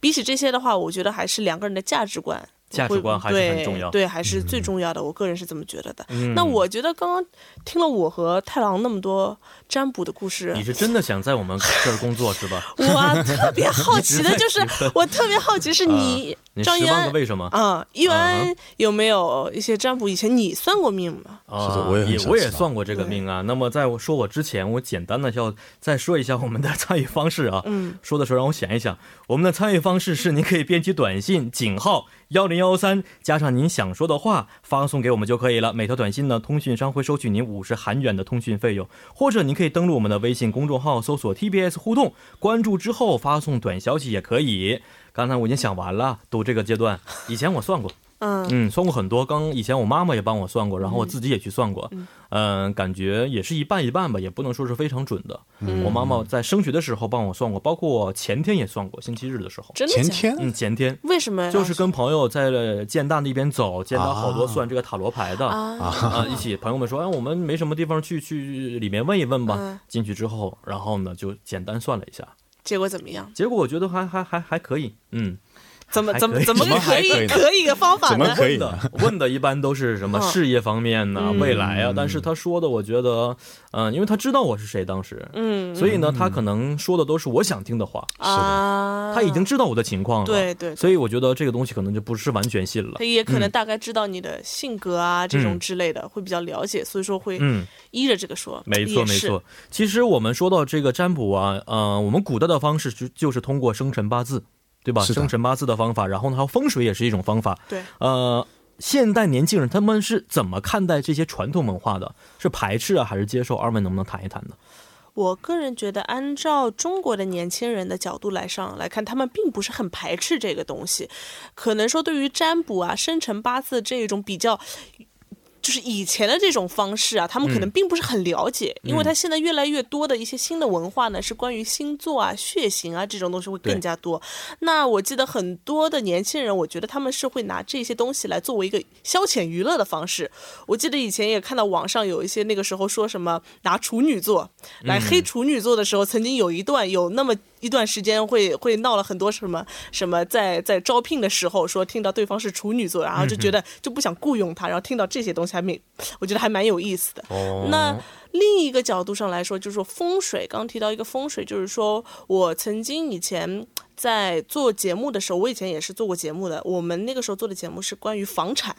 S2: 比起这些的话，我觉得还是两个人的价值观。
S1: 价值观还是很重要嗯
S2: 对，对还是最重要的。我个人是这么觉得的。那我觉得刚刚听了我和太郎那么多占卜的故事
S1: 你，是真的想在我们这儿工作是吧？
S2: 我啊特别好奇的就是，我特别好 奇是你、
S1: 啊你
S2: 张
S1: 十
S2: 一
S1: 万个
S2: 安
S1: 为什么
S2: 啊，一元有没有一些占卜？以前你算过命吗？
S1: 啊，
S3: 是的我也很想知道
S1: 我也算过这个命啊。那么在我说我之前，我简单的要再说一下我们的参与方式啊。嗯，说的时候让我想一想，我们的参与方式是您可以编辑短信井号幺零幺三，加上您想说的话发送给我们就可以了。每条短信呢，通讯商会收取您五十韩元的通讯费用，或者您可以登录我们的微信公众号，搜索 TBS 互动，关注之后发送短消息也可以。刚才我已经想完了，都这个阶段，以前我算过。
S2: 嗯
S1: 嗯，算过很多。刚以前我妈妈也帮我算过，然后我自己也去算过，嗯，感觉也是一半一半吧，也不能说是非常准的。我妈妈在升学的时候帮我算过，包括前天也算过，星期日的时候，
S2: 真的
S3: 前
S2: 假的？
S3: 天
S1: 嗯，前天。
S2: 为什么呀？
S1: 就是跟朋友在呃建大那边走，见到好多算这个塔罗牌的啊、
S2: 啊，
S1: 一起朋友们说，哎，我们没什么地方去，去里面问一问吧。
S2: 嗯
S1: 进去之后，然后呢就简单算了一下，
S2: 结果怎么样？
S1: 结果我觉得还还还还可以，嗯，
S2: 怎么
S1: 还
S2: 怎么
S1: 可以
S2: 怎么
S3: 怎
S2: 个
S3: 么还可
S2: 以
S3: 以呢
S2: 可以的方法
S3: 怎么
S2: 呢？
S3: 可以
S1: 问
S3: 呢？
S1: 的问的一般都是什么
S2: 嗯
S1: 事业方面呢、
S2: 嗯
S1: 未来啊，但是他说的，我觉得，嗯、因为他知道我是谁，当时，
S2: 嗯
S1: 所以呢，他可能说的都是我想听的话，
S2: 啊，
S1: 他已经知道我的情况了，
S2: 对对，
S1: 所以我觉得这个东西可能就不是完全信了嗯
S2: 他，也可能大概知道你的性格啊、这种之类的，会比较了解，所以说会
S1: 嗯。
S2: 依着这个说。
S1: 没错，
S2: 也
S1: 没
S2: 是。
S1: 错。其实我们说到这个占卜啊，呃，我们古代的方式就就是通过生辰八字，对吧？
S3: 是的
S1: 生辰八字的方法，然后呢，还有风水也是一种方法。
S2: 对，
S1: 呃，现代年轻人他们是怎么看待这些传统文化的？是排斥啊，还是接受？二位能不能谈一谈呢？
S2: 我个人觉得，按照中国的年轻人的角度来上来看，他们并不是很排斥这个东西，可能说对于占卜啊、生辰八字这种比较。就是以前的这种方式啊，他们可
S1: 嗯
S2: 能并不是很了解，因为他现在越来越多的一些新的文化呢，是关于星座啊、血型啊这种东西会更加多。那我记得很多的年轻人，我觉得他们是会拿这些东西来作为一个消遣娱乐的方式。我记得以前也看到网上有一些那个时候说什么拿处女座来黑处女座的时候，曾经有一段有那么一段时间会会闹了很多什么什么在在招聘的时候说听到对方是处女座，然后就觉得就不想雇佣他，然后听到这些东西还蛮，我觉得还蛮有意思的。
S1: 哦
S2: 那另一个角度上来说，就是说风水。刚提到一个风水，就是说我曾经以前在做节目的时候，我以前也是做过节目的。我们那个时候做的节目是关于房产，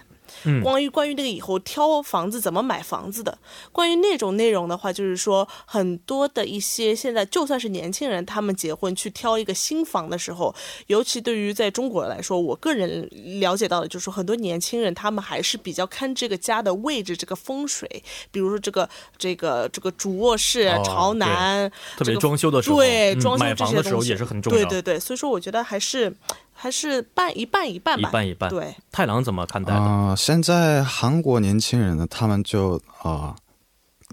S1: 嗯
S2: 关于关于那个以后挑房子怎么买房子的。关于那种内容的话，就是说很多的一些现在就算是年轻人，他们结婚去挑一个新房的时候，尤其对于在中国来说，我个人了解到的就是说，很多年轻人他们还是比较看这个家的位置、这个风水，比如说这个这个这个主卧室、
S1: 哦
S2: 朝南，
S1: 特别装修的时候，
S2: 对
S1: 嗯
S2: 装修
S1: 买
S2: 这
S1: 房
S2: 些
S1: 的时
S2: 东
S1: 候
S2: 西
S1: 也是很重要
S2: 对
S1: 的。
S2: 对对，所以说我觉得还是还是半一半一半
S1: 一
S2: 吧，
S1: 半一半。
S2: 对，
S1: 太郎怎么看待的？
S3: 啊、现在韩国年轻人呢，他们就啊、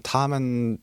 S3: 他们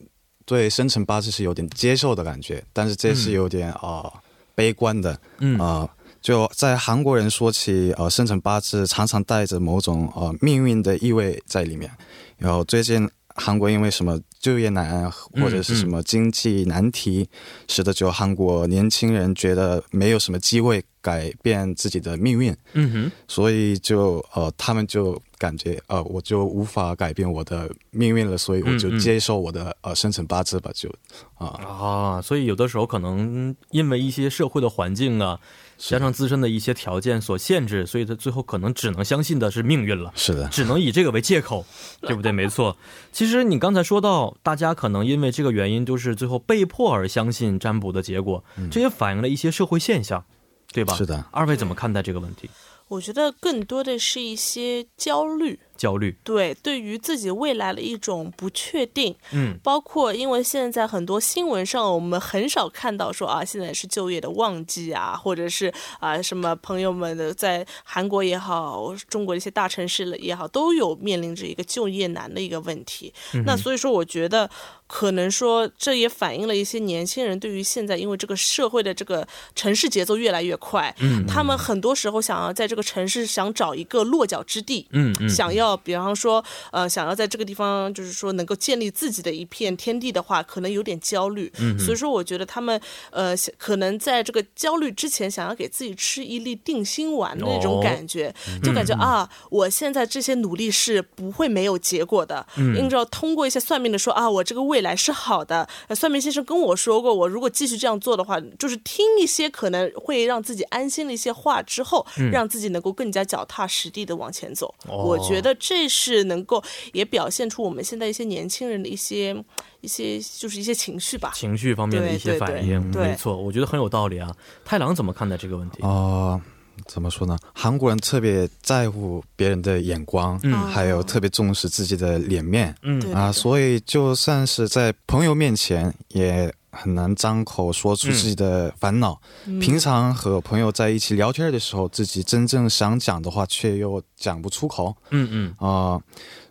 S3: 对生辰八字是有点接受的感觉，但是这是有点啊、悲观的
S1: 嗯
S3: 啊、就在韩国人说起呃生辰八字，常常带着某种呃命运的意味在里面。然后最近韩国因为什么就业难啊或者是什么经济难题，
S1: 嗯
S3: 使得就韩国年轻人觉得没有什么机会改变自己的命运。
S1: 嗯哼，
S3: 所以就呃，他们就感觉呃，我就无法改变我的命运了，所以我
S1: 嗯
S3: 就
S1: 嗯
S3: 接受我的、呃生辰八字吧，就啊、
S1: 啊，所以有的时候可能因为一些社会的环境啊，
S3: 是
S1: 加上自身的一些条件所限制，所以他最后可能只能相信的是命运了。
S3: 是的，
S1: 只能以这个为借口，对不对？没错。其实你刚才说到，大家可能因为这个原因，就是最后被迫而相信占卜的结果，这也反映了一些社会现象，对吧？
S3: 嗯是。的，
S1: 二位怎么看待这个问题？
S2: 我觉得更多的是一些焦虑。
S1: 焦虑，
S2: 对，对于自己未来的一种不确定，
S1: 嗯，
S2: 包括因为现在很多新闻上我们很少看到说啊，现在是就业的旺季啊，或者是啊什么朋友们的在韩国也好，中国的一些大城市了也好，都有面临着一个就业难的一个问题。那所以说，我觉得可能说这也反映了一些年轻人对于现在因为这个社会的这个城市节奏越来越快，嗯，他们很多时候想要在这个城市想找一个落脚之地，
S1: 嗯嗯，
S2: 想要，比方说，呃，想要在这个地方，就是说能够建立自己的一片天地的话，可能有点焦虑。
S1: 嗯
S2: 所以说，我觉得他们，呃，想可能在这个焦虑之前，想要给自己吃一粒定心丸的那种
S1: 哦
S2: 感觉，就感觉
S1: 嗯
S2: 啊，我现在这些努力是不会没有结果的。
S1: 嗯
S2: 应着通过一些算命的说啊，我这个未来是好的。呃算命先生跟我说过，我如果继续这样做的话，就是听一些可能会让自己安心的一些话之后，
S1: 嗯
S2: 让自己能够更加脚踏实地的往前走。
S1: 哦
S2: 我觉得这是能够也表现出我们现在一些年轻人的一些一些就是一些情绪吧。
S1: 情绪方面的一些
S2: 对对
S1: 反应，
S2: 对
S1: 没错，我觉得很有道理啊。太郎怎么看待这个问题？
S3: 呃，怎么说呢？韩国人特别在乎别人的眼光，
S1: 嗯
S3: 还有特别重视自己的脸面
S1: 嗯
S2: 对
S3: 啊、
S2: 对对
S3: 所以就算是在朋友面前也很难张口说出自己的烦恼、
S1: 嗯
S3: 平常和朋友在一起聊天的时候，自己真正想讲的话却又讲不出口
S1: 嗯嗯
S3: 啊、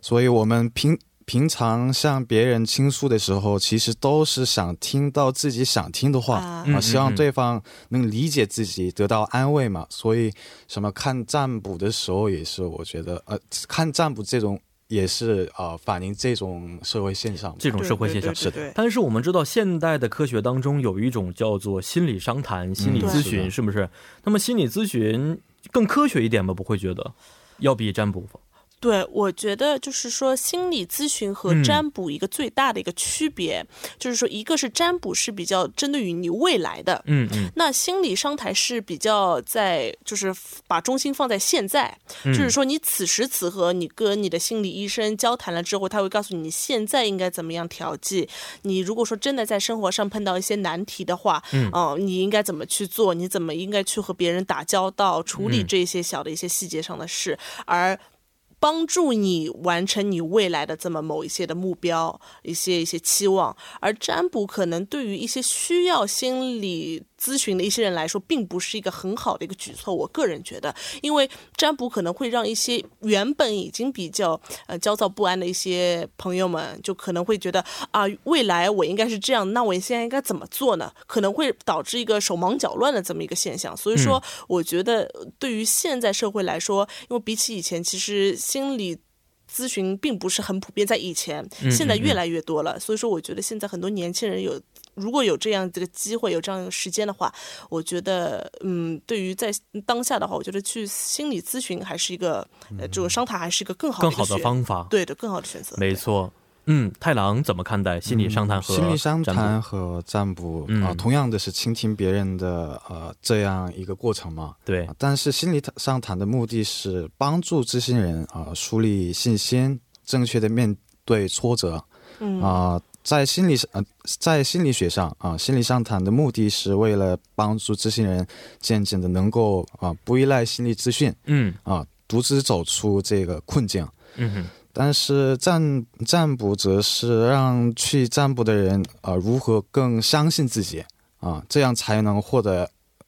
S3: 所以我们平平常向别人倾诉的时候，其实都是想听到自己想听的话
S2: 啊
S3: 啊、
S1: 嗯嗯
S3: 希望对方能理解自己，得到安慰嘛。所以什么看占卜的时候也是，我觉得呃，看占卜这种也是呃反映这种社会现象吧。
S1: 这种社会现象。
S2: 是
S3: 是
S2: 的。
S1: 但是我们知道，现代的科学当中有一种叫做心理商谈、心
S2: 嗯
S1: 理咨询，
S3: 对
S1: 是不是？那么心理咨询更科学一点吧？不会觉得要比占卜
S2: 对，我觉得就是说，心理咨询和
S1: 嗯
S2: 占卜一个最大的一个区别，就是说，一个是占卜是比较针对于你未来的，
S1: 嗯嗯，
S2: 那心理商台是比较在，就是把重心放在现在，
S1: 嗯
S2: 就是说你此时此刻你跟你的心理医生交谈了之后，他会告诉你现在应该怎么样调剂。你如果说真的在生活上碰到一些难题的话，
S1: 嗯
S2: 呃你应该怎么去做？你怎么应该去和别人打交道，处理
S1: 嗯
S2: 这些小的一些细节上的事，而。帮助你完成你未来的这么某一些的目标，一些一些期望，而占卜可能对于一些需要心理咨询的一些人来说，并不是一个很好的一个举措。我个人觉得，因为占卜可能会让一些原本已经比较呃焦躁不安的一些朋友们，就可能会觉得啊、未来我应该是这样，那我现在应该怎么做呢？可能会导致一个手忙脚乱的这么一个现象。所以说，我觉得呃对于现在社会来说，因为比起以前，其实心理。咨询并不是很普遍，在以前，现在越来越多了。所以说，我觉得现在很多年轻人有，如果有这样这个机会，有这样的时间的话，我觉得，嗯，对于在当下的话，我觉得去心理咨询还是一个，呃，这种商谈还是一个更好
S1: 嗯更
S2: 一个
S1: 好的
S2: 选
S1: 方法。
S2: 对的，更好的选择。
S1: 没错，嗯，太郎怎么看待心理商谈和、
S3: 心理商谈？和占卜
S1: 嗯
S3: 啊、同样的是倾听别人的呃这样一个过程嘛。
S1: 对
S3: 啊，但是心理商谈的目的是帮助知情人啊、树立信心，正确的面对挫折啊、
S2: 嗯
S3: 在心理呃在心理学上啊、心理商谈的目的是为了帮助知情人渐渐的能够啊、不依赖心理资讯
S1: 嗯
S3: 啊、独自走出这个困境。
S1: 嗯哼
S3: 但是占占卜则是让去占卜的人啊、呃如何更相信自己啊、这样才能获得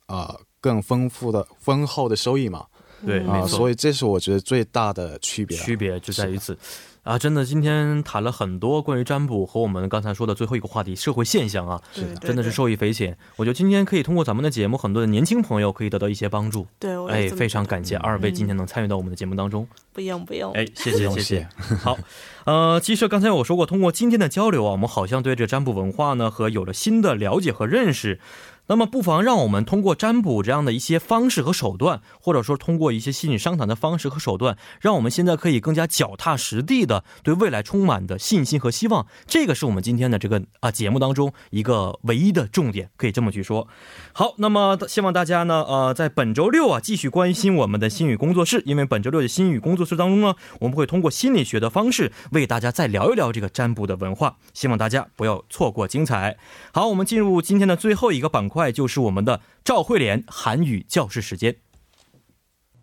S3: 啊、呃更丰富的丰厚的收益嘛
S1: 对，
S2: 嗯
S3: 啊、
S1: 没错。
S3: 所以这是我觉得最大的区别啊。
S1: 区别就在于此。啊，真的，今天谈了很多关于占卜和我们刚才说的最后一个话题——社会现象啊，
S2: 对对
S1: 真的是
S2: 对
S1: 受益匪浅。我觉得今天可以通过咱们的节目，很多的年轻朋友可以得到一些帮助。
S2: 对，我哦也
S1: 哎，
S2: 这么
S1: 非
S2: 觉
S1: 常
S2: 得
S1: 感谢二位今天能参与到我们的节目当中。
S2: 不用不用，
S1: 哎，谢谢
S3: 不用
S1: 谢谢
S3: 谢。
S1: 好，呃，其实刚才我说过，通过今天的交流啊，我们好像对这占卜文化呢和有了新的了解和认识。那么，不妨让我们通过占卜这样的一些方式和手段，或者说通过一些心理商谈的方式和手段，让我们现在可以更加脚踏实地的对未来充满的信心和希望。这个是我们今天的这个啊节目当中一个唯一的重点，可以这么去说。好，那么希望大家呢，呃，在本周六啊，继续关心我们的心语工作室，因为本周六的心语工作室当中呢，我们会通过心理学的方式为大家再聊一聊这个占卜的文化，希望大家不要错过精彩。好，我们进入今天的最后一个板块，就是我们的赵慧莲韩语教室时间。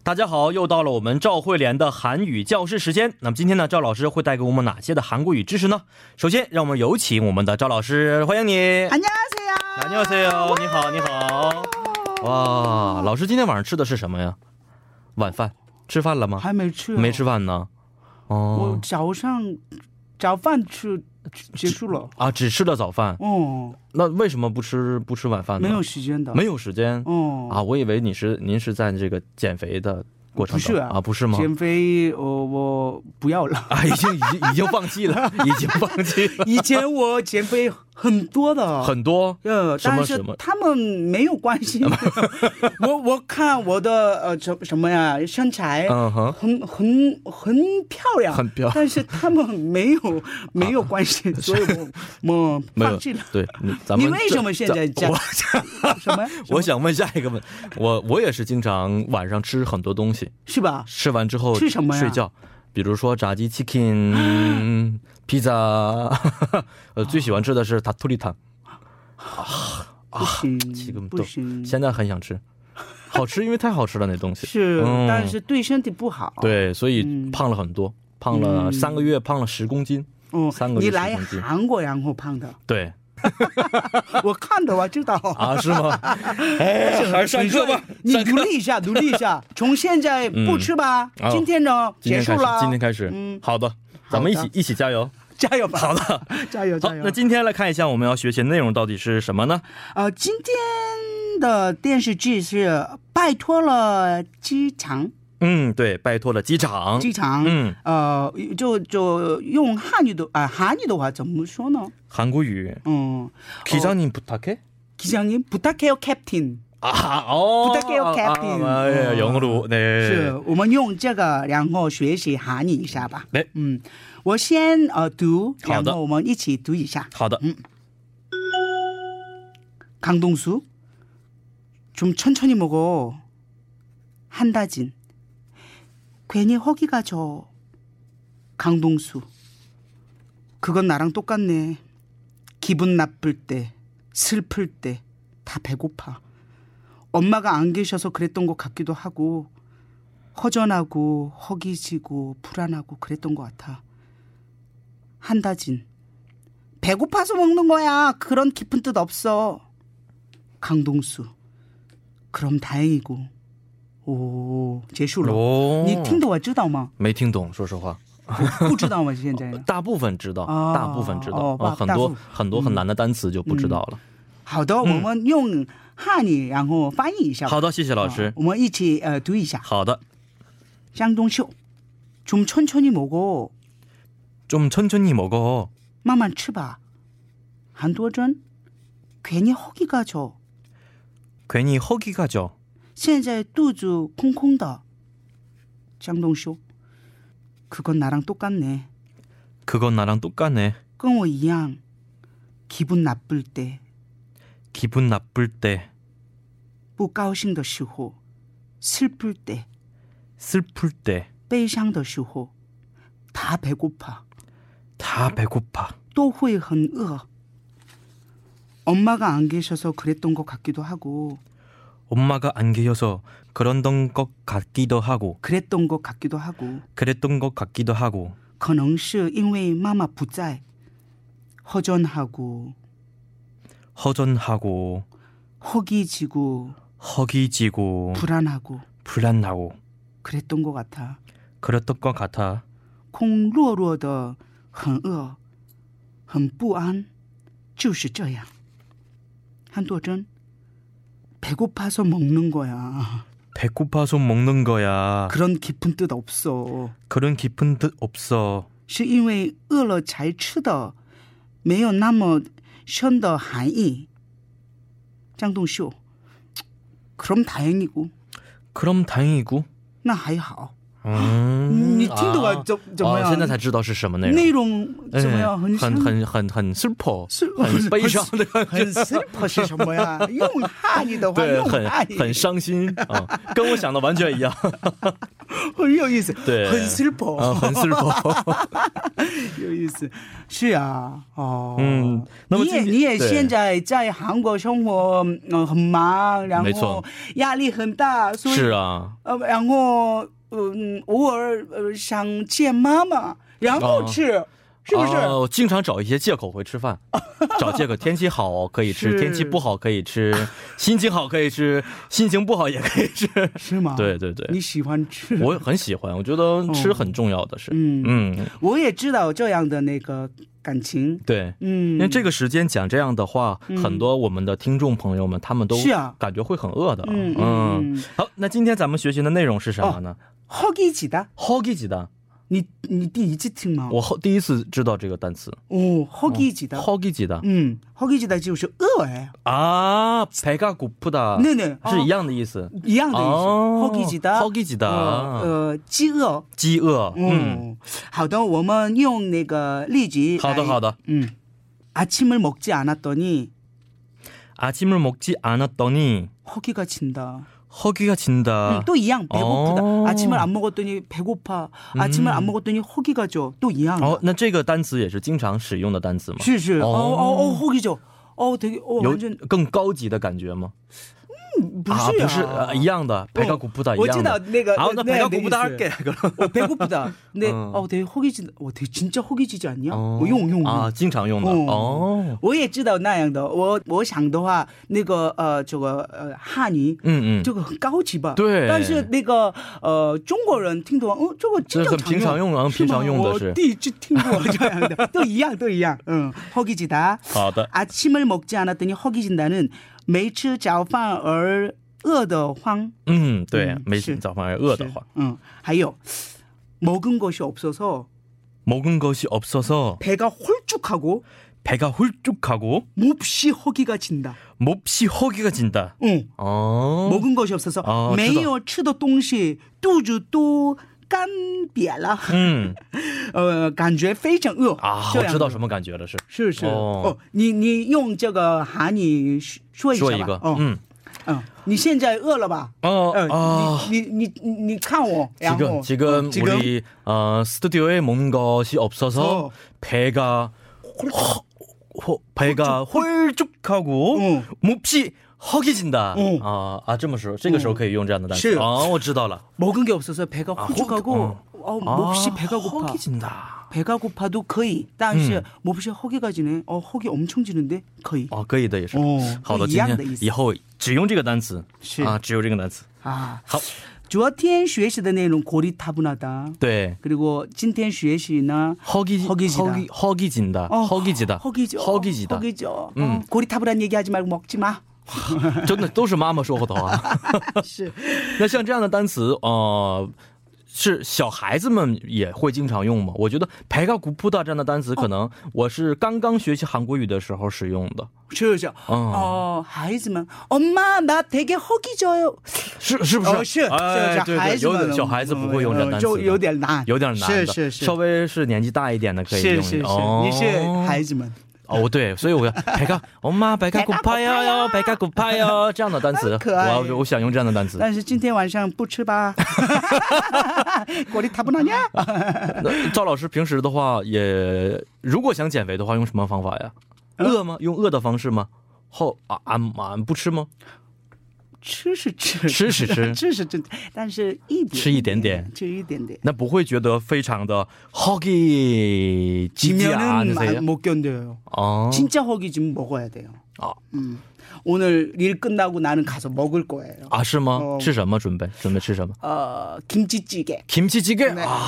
S1: 大家好，又到了我们赵慧莲的韩语教室时间。那么今天呢，赵老师会带给我们哪些的韩国语知识呢？首先，让我们有请我们的赵老师，欢迎你。
S4: 안녕하세요.
S1: 안녕하세요，你好，你好。哇，老师今天晚上吃的是什么呀？晚饭吃饭了吗？
S4: 还没吃，哦
S1: 没吃。饭呢。
S4: 我
S1: 哦
S4: 早上 早饭吃结束了，
S1: 啊，只吃了早饭。
S4: 哦，
S1: 那为什么不吃不吃晚饭呢？
S4: 没有时间的，
S1: 没有时间
S4: 哦
S1: 啊，我以为你是您是在这个减肥的过程
S4: 不是
S1: 中
S4: 啊
S1: 啊，不是吗？。
S4: 减肥，我我不要了
S1: 啊，已经已经已经放弃 了，已经放弃了。
S4: 以前我减肥很多的，
S1: 很多
S4: 呃，
S1: 什么
S4: 但
S1: 什
S4: 是
S1: 么
S4: 他们没有关系。 我我看我的呃什什么呀身材，
S1: 嗯哼
S4: 很很很漂亮，
S1: 很漂亮
S4: 但是他们没 有没有关系，所以我我
S1: 没有
S4: 放弃了。
S1: 对，你咱们
S4: 你为
S1: 这
S4: 什么现在
S1: 咱
S4: 讲 什么？
S1: 我我想问下一个问，我我也是经常晚上吃很多东西，
S4: 是吧？
S1: 吃完之后
S4: 吃什么呀
S1: 睡觉，比如说炸鸡 chicken、披萨， 呃，最喜欢吃的是塔图里坦，啊
S4: 不行，
S1: 지금
S4: 不行，
S1: 现在很想 吃，好吃，因为太好吃了那东西。
S4: 嗯是、
S1: 嗯
S4: 但是对身体不好。，
S1: 对，所以
S4: 嗯
S1: 胖了很多，胖了三个月，胖了十公斤。
S4: 嗯
S1: 三个月
S4: 你来
S1: 十公斤
S4: 韩国然后胖的，
S1: 对，
S4: 我看的我知道。
S1: 啊，是 吗？哎，还是上课吧。
S4: 你努力一下，努力一下，从现在不吃吧，
S1: 嗯哦
S4: 今天呢
S1: 今
S4: 结
S1: 天
S4: 束
S1: 开始，
S4: 了，
S1: 今天开始，
S4: 嗯
S1: 好的，咱们一起一起加油。
S4: 加油吧，
S1: 好的，
S4: 加油
S1: 好
S4: 加，油
S1: 那。今天来看一下我们要学习的内容到底是什么呢？
S4: 呃，今天的电视剧是拜托了机场，
S1: 嗯，对，拜托了机场，
S4: 机场，
S1: 嗯，
S4: 呃，就就用汉语的啊、汉语的话怎么说呢？
S1: 韩国语，
S4: 嗯，
S1: 기사님 부탁해.
S4: 어. 기장님 부탁해요, 캡틴.
S1: 아, 어,
S4: 부탁해요, 캡틴.
S1: 아, 아, 예,
S4: 어.
S1: 영어로, 네.
S4: 是我们用这个，然后学习韩语一下吧。
S1: 哎
S4: 嗯，我先呃读，
S1: 好
S4: 然
S1: 的
S4: 后我们一起读一下。
S1: 好的,
S4: 강동수, 좀 천천히 먹어. 한다진, 괜히 허기가 져. 강동수, 그건 나랑 똑같네. 기분 나쁠 때, 슬플 때, 다 배고파. 엄마가 안 계셔서 그랬던 것 같기도 하고, 허전하고, 허기지고, 불안하고 그랬던 것 같아. 한다진, 배고파서 먹는 거야. 그런 깊은 뜻 없어. 강동수. 그럼 다행이고. 오, 제슈로.
S1: 오,
S4: 你听得我知道吗？
S1: 没听懂，说实话，
S4: 不知道吗？现在呢？
S1: 大部分知道，
S4: 哦，
S1: 大部分知道，
S4: 哦，
S1: 呃，
S4: 大-
S1: 很多-
S4: 大部分。 음.
S1: 很多很难的单词就不知道了。
S4: 好的，我们用汉语然后翻译一下吧。
S1: 好的，谢谢老师。
S4: 어, 我们一起呃读一下。
S1: 好的,
S4: 쌍둥쇼, 좀 천천히 먹어.
S1: 좀 천천히 먹어.
S4: 만만 치봐. 한도전 괜히 허기가 져.
S1: 괜히 허기가 져.
S4: 现在肚子空空的。江东修，그건나랑똑같네，
S1: 그건 나랑 똑같네.
S4: 跟我一样。기분나쁠때，
S1: 기분 나쁠 때,
S4: 不高兴的时候，슬플 때，
S1: 슬플 때,
S4: 悲伤的时候，다배고파，
S1: 다 배고파.
S4: 都会很饿。 어. 엄마가안계셔서그랬던것같기도하고，
S1: 엄마가 안 계셔서 그런던 것 같기도 하고,
S4: 그랬던것같기도하고，
S1: 그랬던 것 같기도 하고,
S4: 可能是因为妈妈不在，허전하고，
S1: 허전하고,
S4: 허기지고，
S1: 허기지고,
S4: 불안하고。
S1: 불안하고,
S4: 그랬던 것 같아.
S1: 그랬던 것 같아.
S4: 콩루루더 헌어 헌부안 就是这样. 한도전 배고파서 먹는 거야.
S1: 배고파서 먹는 거야.
S4: 그런 깊은 뜻 없어.
S1: 그런 깊은 뜻 없어.
S4: 是因为饿了才吃的，没有那么深的含义. 장동쇼. 그럼 다행이고.
S1: 그럼 다행이고.
S4: 那还好.
S1: 음,
S4: 你听懂啊？
S1: 아,
S4: 怎怎么样？
S1: 아, 现在才知道是什么内容。예,
S4: 네, 内容怎么样？
S1: 很-很-很-很 슬퍼. 네,
S4: 슬-
S1: 很悲伤的
S4: 很 simple 是什么呀？用汉语的话，
S1: 对，
S4: 用
S1: 很
S4: 汉语
S1: 很伤心啊，跟我想的完全一样
S4: 很有意思，
S1: 对
S4: 很 simple，、
S1: 啊，很 simple。
S4: 有意思。是啊，哦，
S1: 嗯那么
S4: 你也
S1: 今天
S4: 你也
S1: 对
S4: 现在在韩国生活，嗯、很忙，然
S1: 没
S4: 后
S1: 错
S4: 压力很大，所以
S1: 是啊，
S4: 呃，然后嗯，偶尔呃想见妈妈，然后
S1: 哦
S4: 吃，是不是？
S1: 哦我经常找一些借口回吃 饭，找借口天气好可以吃，
S4: 是
S1: 天气不好可以吃， 心情好可以吃，心情不好也可以吃。
S4: 是吗？
S1: 对，对对
S4: 你，喜欢吃。
S1: 我很喜欢，我觉得吃很重要的是，
S4: 嗯
S1: 嗯，
S4: 我也知道这样的那个感情，
S1: 对。
S4: 嗯，
S1: 因为这个时间讲这样的话，很多我们的听众朋友们他们都
S4: 是啊
S1: 感觉会很饿的。
S4: 嗯嗯哦嗯
S1: 好，那今天咱们学习的内容是什么呢？
S4: 好给几的。
S1: 허기지다，
S4: 你你第一次听吗？
S1: 我后第一次知道这个单词。
S4: 哦，好기지다，
S1: 허기지다
S4: 嗯，好기지다就是饿哎，
S1: 啊，배가고프다，
S4: 那哦那
S1: 啊是一
S4: 样
S1: 样的意思。
S4: 一样的意思，好
S1: 哦
S4: 기지다，
S1: 아,
S4: 어,
S1: 허기지다 음.
S4: 呃呃，饥饿，
S1: 饥
S4: 어.
S1: 饿，嗯，
S4: 嗯，好的，我们用那个例句，
S1: 好的好
S4: 的，
S1: 的。
S4: 嗯，아침을먹지않았더니哎
S1: 아침을먹지않았더니
S4: 허기가 진다.
S1: 허기가 진다.
S4: 음, 또 이양 배고프다.
S1: 아. 어. 음.
S4: 아침을 안 먹었더니 배고파. 아침을 안 먹었더니 허기가 져. 또 이양.
S1: 哦，那这个单词也是经常使用的单词吗？
S4: 실실. 어,
S1: 어. 어.
S4: 어, 어, 허기 져. 어, 되게 어,
S1: 有
S4: 완전 음,
S1: 更高级的感觉吗？ 아
S4: 무수야.
S1: 不是呃一样的배가고프다一
S4: 我
S1: 样
S4: 知道
S1: 的
S4: 啊哦
S1: 哦
S4: 那个，
S1: 아나배가고프다
S4: 那
S1: 할게 그럼
S4: 어, 배고프다. 근데
S1: 어.
S4: 어, 되게 허기진, 어, 되게 진짜 허기지지 않냐?
S1: 어.
S4: 어, 용, 용, 용.
S1: 啊经常用的哦
S4: 哦我也知道那样的，我我想的话，那个呃，这个呃汉语，
S1: 嗯嗯
S4: 这个很高级吧？
S1: 对
S4: 但是那个呃中国人听懂，哦，这个
S1: 这
S4: 真
S1: 是很
S4: 正
S1: 平常用的很
S4: 是
S1: 平
S4: 吗
S1: 常用的是
S4: 我第一次听过这样的，都一样，都一样。嗯，허기지다。
S1: 好的
S4: 아침을 먹지 않았더니 허기진다는 매일 早饭而饿得慌.
S1: 嗯对
S4: 嗯
S1: 没
S4: 是
S1: 早饭饿得慌
S4: 응. 还有 먹은 것이 없어서
S1: 먹은 것이 없어서
S4: 배가 홀쭉하고
S1: 배가 훌쭉하고
S4: 몹시 허기가 진다.
S1: 몹시 허기가 진다
S4: 응.
S1: 어
S4: 먹은 것이 없어서
S1: 아,
S4: 매일 吃的东西肚子都干瘪了.
S1: 嗯
S4: 어, 感觉非常饿.
S1: 啊我知道什么感觉了是
S4: 是是.
S1: 아, 어.
S4: 어, 你你用这个韩语说一下吧.哦
S1: 说一个
S4: 어.
S1: 嗯
S4: 어. 你现在饿了吧?
S1: 哦
S4: 어,
S1: 啊
S4: 니, 니, 니, 니, 어, 칸워.
S1: 아, 지금 어, 지금 우리 어, 스튜디오에 먹는 것이 없어서
S4: 어.
S1: 배가 허, 허, 배가 홀쭉하고
S4: 응.
S1: 몹시 허기진다.
S4: 응.
S1: 아, 아, 这么时候，这个时候可以用这样的单词。
S4: 是。
S1: 아, 我知道了。
S4: 먹은 게 없어서 배가
S1: 호-
S4: 호죽하고 어, 몹시
S1: 아,
S4: 배가 고파.
S1: 허기진다. 음.
S4: 배가 고파도 거의. 당시 몹시 허기가 지네. 어, 허기 엄청 지는데 거의.
S1: 哦，可以的，也是。
S4: 哦
S1: 好的，
S4: 一
S1: 今
S4: 样
S1: 天
S4: 的意思
S1: 以后只用这个单词。
S4: 是
S1: 啊，只有这个单词。
S4: 아.
S1: 하-
S4: 주어티엔 슈에시의 내용 고리타분하다.
S1: 对，
S4: 그리고 찐텐 슈에시나
S1: 네. 허기
S4: 허기지다.
S1: 허기 허기진다.
S4: 어,
S1: 허기지다.
S4: 허기죠.
S1: 허기지다.
S4: 허기죠.
S1: 음.
S4: 어, 고리타분한 얘기하지 말고 먹지 마.
S1: 真的都是妈妈说过的话。
S4: 是
S1: 那像这样的单词，呃，是小孩子们也会经常用吗？我觉得“排个古普大”这样的单词，可能我是刚刚学习韩国语的时候使用的。嗯
S4: 그렇죠. 어, 하이즈만 엄마 나 되게 허기져요. 어,
S1: 是是不是？
S4: 哦是
S1: 哎
S4: 是是
S1: 对
S4: 孩
S1: 对，
S4: 子
S1: 有
S4: 们嗯
S1: 点小孩子不
S4: 어,
S1: 会用这样单词的，
S4: 就有点难
S1: 有点难的
S4: 是是是
S1: 稍微是年纪大一点的可以用一
S4: 是
S1: 点。
S4: 是是，
S1: 哦
S4: 你是孩子们。
S1: 哦，对，所以我要 白干，我 妈白干古派哟，白干古派哟，这样的单词，
S4: 可爱
S1: 我要我想用这样的单词。
S4: 但是今天晚上不 吃吧？果粒塔不拿呀？
S1: 那赵老师平时的话也，如果想减肥的话，用什么方法呀？饿吗？用饿的方式吗？后啊啊啊！不吃吗？
S4: 吃是吃，
S1: 吃是吃
S4: 吃是吃，但是一点
S1: 吃一点点
S4: 吃一点点。
S1: 那不会觉得非常的 허기 지지않으
S4: 지면은
S1: 세요
S4: 마- 못 견뎌요.
S1: 어
S4: 진짜 허기 지금 먹어야 돼요.
S1: 아.
S4: 음. 오늘 일 끝나고 나는 가서 먹을 거예요.
S1: 아是啊吗
S4: 어.
S1: 吃什么准备准备吃什么
S4: 어, 김치찌개.
S1: 김치찌개
S4: 네.
S1: 啊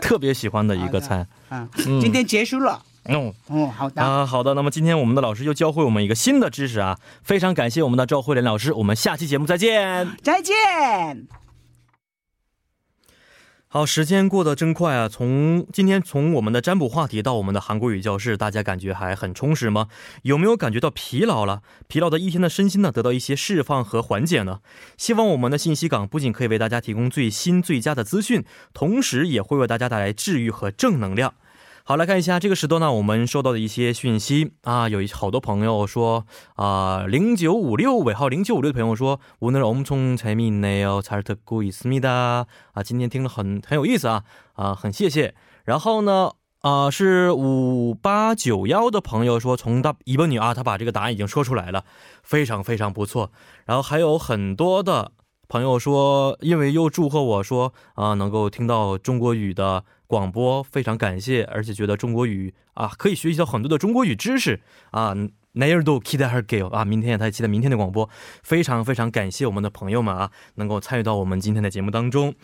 S1: 特别喜欢的一个菜
S4: 아,
S1: 음.
S4: 진짜 재수라.
S1: 嗯
S4: 어, 하다.
S1: 啊，好的。那么今天我们的老师又教会我们一个新的知识啊，非常感谢我们的赵慧莲老师，我们下期节目再见。
S4: 再见。
S1: 好，时间过得真快啊！从今天从我们的占卜话题到我们的韩国语教室，大家感觉还很充实吗？有没有感觉到疲劳了？疲劳的一天的身心呢，得到一些释放和缓解呢？希望我们的信息港不仅可以为大家提供最新最佳的资讯，同时也会为大家带来治愈和正能量。好，来看一下这个时段呢，我们收到的一些讯息啊，有一好多朋友说啊，零九五六尾号零九五六的朋友说，오늘엄청재미있네요잘듣고있습니다。啊，今天听了很很有意思啊啊，很谢谢。然后呢，啊，是五八九幺的朋友说，从他一问女啊，他把这个答案已经说出来了，非常非常不错。然后还有很多的朋友说，因为又祝贺我说啊、能够听到中国语的广播，非常感谢，而且觉得中国语啊，可以学习到很多的中国语知识啊。내일도기대할게요啊！明天也太期待明天的广播，非常非常感谢我们的朋友们啊，能够参与到我们今天的节目当中。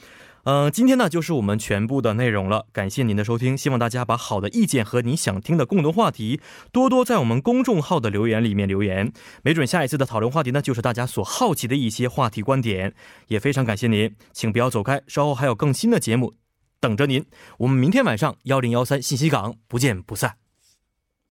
S1: 嗯、今天呢就是我们全部的内容了，感谢您的收听，希望大家把好的意见和你想听的共同话题多多在我们公众号的留言里面留言，没准下一次的讨论话题呢就是大家所好奇的一些话题观点，也非常感谢您，请不要走开，稍后还有更新的节目等着您，我们明天晚上幺零幺三信息港不见不散。